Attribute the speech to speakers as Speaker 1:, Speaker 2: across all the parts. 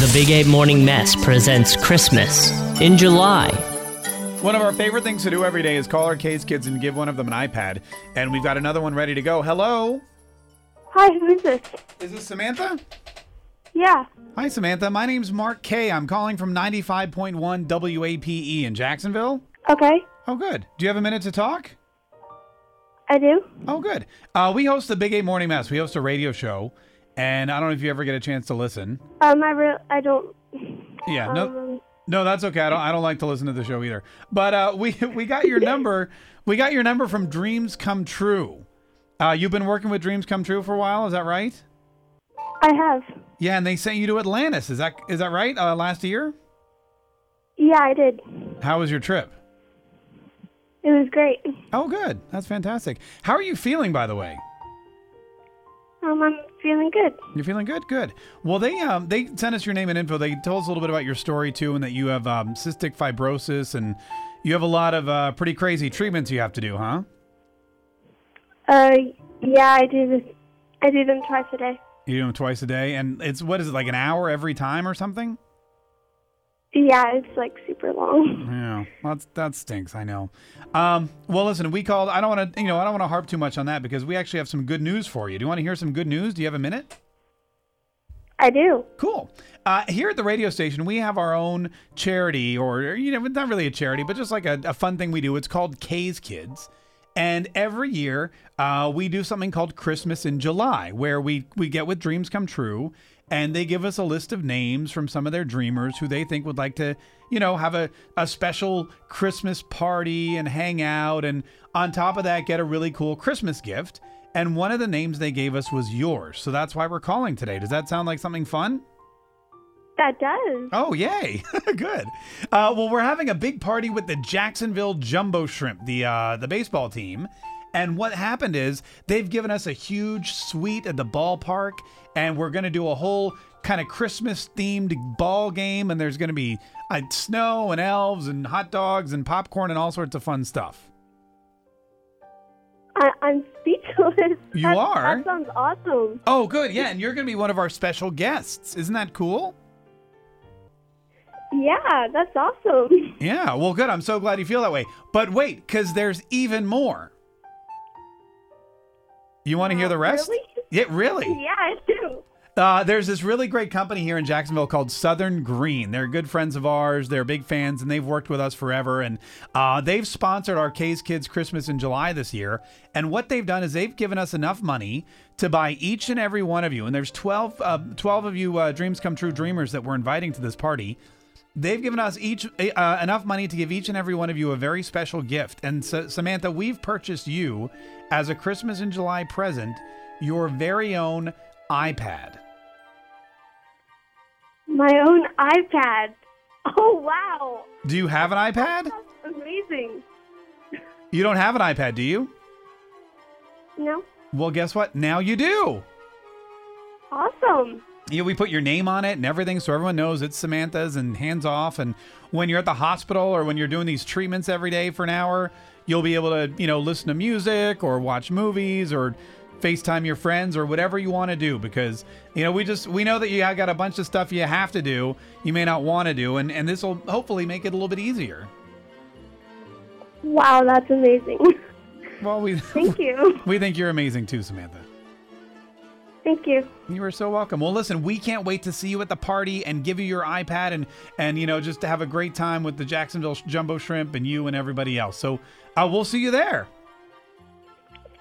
Speaker 1: The Big Eight Morning Mess presents Christmas in July.
Speaker 2: One of our favorite things to do every day is call our K's kids and give one of them an iPad. And we've got another one ready to go. Hello.
Speaker 3: Hi, who is this?
Speaker 2: Is this Samantha?
Speaker 3: Yeah.
Speaker 2: Hi, Samantha. My name's Mark K. I'm calling from 95.1 WAPE E in Jacksonville.
Speaker 3: Okay.
Speaker 2: Oh, good. Do you have a minute to talk?
Speaker 3: I do.
Speaker 2: Oh, good. Uh, we host the Big Eight Morning Mess. We host a radio show. And I don't know if you ever get a chance to listen.
Speaker 3: Um, I re- I don't.
Speaker 2: Yeah,
Speaker 3: Um,
Speaker 2: no, no, that's okay. I don't, I don't like to listen to the show either. But uh, we we got your number. We got your number from Dreams Come True. Uh, you've been working with Dreams Come True for a while. Is that right?
Speaker 3: I have.
Speaker 2: Yeah, and they sent you to Atlantis. Is that is that right? Uh, last year.
Speaker 3: Yeah, I did.
Speaker 2: How was your trip?
Speaker 3: It was great.
Speaker 2: Oh, good. That's fantastic. How are you feeling, by the way?
Speaker 3: Um, I'm feeling good.
Speaker 2: You're feeling good. Good. Well, they um, they sent us your name and info. They told us a little bit about your story too, and that you have um, cystic fibrosis, and you have a lot of uh, pretty crazy treatments you have to do, huh?
Speaker 3: Uh, yeah, I do this. I do them twice a day.
Speaker 2: You do them twice a day, and it's what is it like an hour every time or something?
Speaker 3: Yeah, it's like super long.
Speaker 2: Yeah, that's that stinks. I know. Um, well, listen, we called. I don't want to, you know, I don't want to harp too much on that because we actually have some good news for you. Do you want to hear some good news? Do you have a minute?
Speaker 3: I do.
Speaker 2: Cool. Uh, here at the radio station, we have our own charity, or you know, not really a charity, but just like a, a fun thing we do. It's called K's Kids, and every year uh, we do something called Christmas in July, where we we get what dreams come true, and they give us a list of names from some of their dreamers who they think would like to, you know, have a a special Christmas party and hang out, and on top of that, get a really cool Christmas gift. And one of the names they gave us was yours, so that's why we're calling today. Does that sound like something fun?
Speaker 3: That does.
Speaker 2: Oh, yay! Good. Uh, well, we're having a big party with the Jacksonville Jumbo Shrimp, the uh, the baseball team. And what happened is they've given us a huge suite at the ballpark, and we're going to do a whole kind of Christmas themed ball game. And there's going to be uh, snow and elves and hot dogs and popcorn and all sorts of fun stuff.
Speaker 3: I, I'm speechless.
Speaker 2: You
Speaker 3: That-
Speaker 2: are?
Speaker 3: That sounds awesome.
Speaker 2: Oh, good. Yeah, and you're going to be one of our special guests. Isn't that cool?
Speaker 3: Yeah, that's awesome.
Speaker 2: Yeah. Well, good. I'm so glad you feel that way. But wait, because there's even more. You want to hear the rest?
Speaker 3: Really?
Speaker 2: Yeah, really.
Speaker 3: Yeah, I do.
Speaker 2: Uh, there's this really great company here in Jacksonville called Southern Green. They're good friends of ours. They're big fans, and they've worked with us forever. And uh, they've sponsored our K's Kids Christmas in July this year. And what they've done is they've given us enough money to buy each and every one of you. And there's 12, uh, 12 of you uh, Dreams Come True dreamers that we're inviting to this party. They've given us each uh, enough money to give each and every one of you a very special gift. And Sa- Samantha, we've purchased you as a Christmas in July present your very own iPad.
Speaker 3: My own iPad. Oh wow,
Speaker 2: Do you have an iPad?
Speaker 3: that's amazing.
Speaker 2: You don't have an iPad, do you?
Speaker 3: No,
Speaker 2: Well, guess what? Now you do.
Speaker 3: awesome.
Speaker 2: You know, we put your name on it and everything so everyone knows it's Samantha's and hands off. And when you're at the hospital or when you're doing these treatments every day for an hour, you'll be able to, you know, listen to music or watch movies or FaceTime your friends or whatever you want to do because, you know, we just, we know that you have got a bunch of stuff you have to do, you may not want to do. And, and this will hopefully make it a little bit easier.
Speaker 3: Wow, that's amazing.
Speaker 2: Well, we,
Speaker 3: Thank you.
Speaker 2: we think you're amazing too, Samantha.
Speaker 3: Thank you.
Speaker 2: You are so welcome. Well, listen, we can't wait to see you at the party and give you your iPad and and you know just to have a great time with the Jacksonville Sh- Jumbo Shrimp and you and everybody else. So uh, we'll see you there.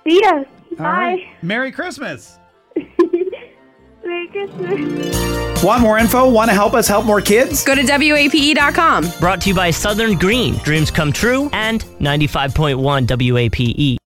Speaker 3: See ya.
Speaker 2: All
Speaker 3: Bye.
Speaker 2: right. Merry Christmas.
Speaker 3: Merry Christmas.
Speaker 2: Want more info? Want to help us help more kids?
Speaker 4: Go to WAPE.com.
Speaker 1: Brought to you by Southern Green, dreams come true, and 95.1 WAPE.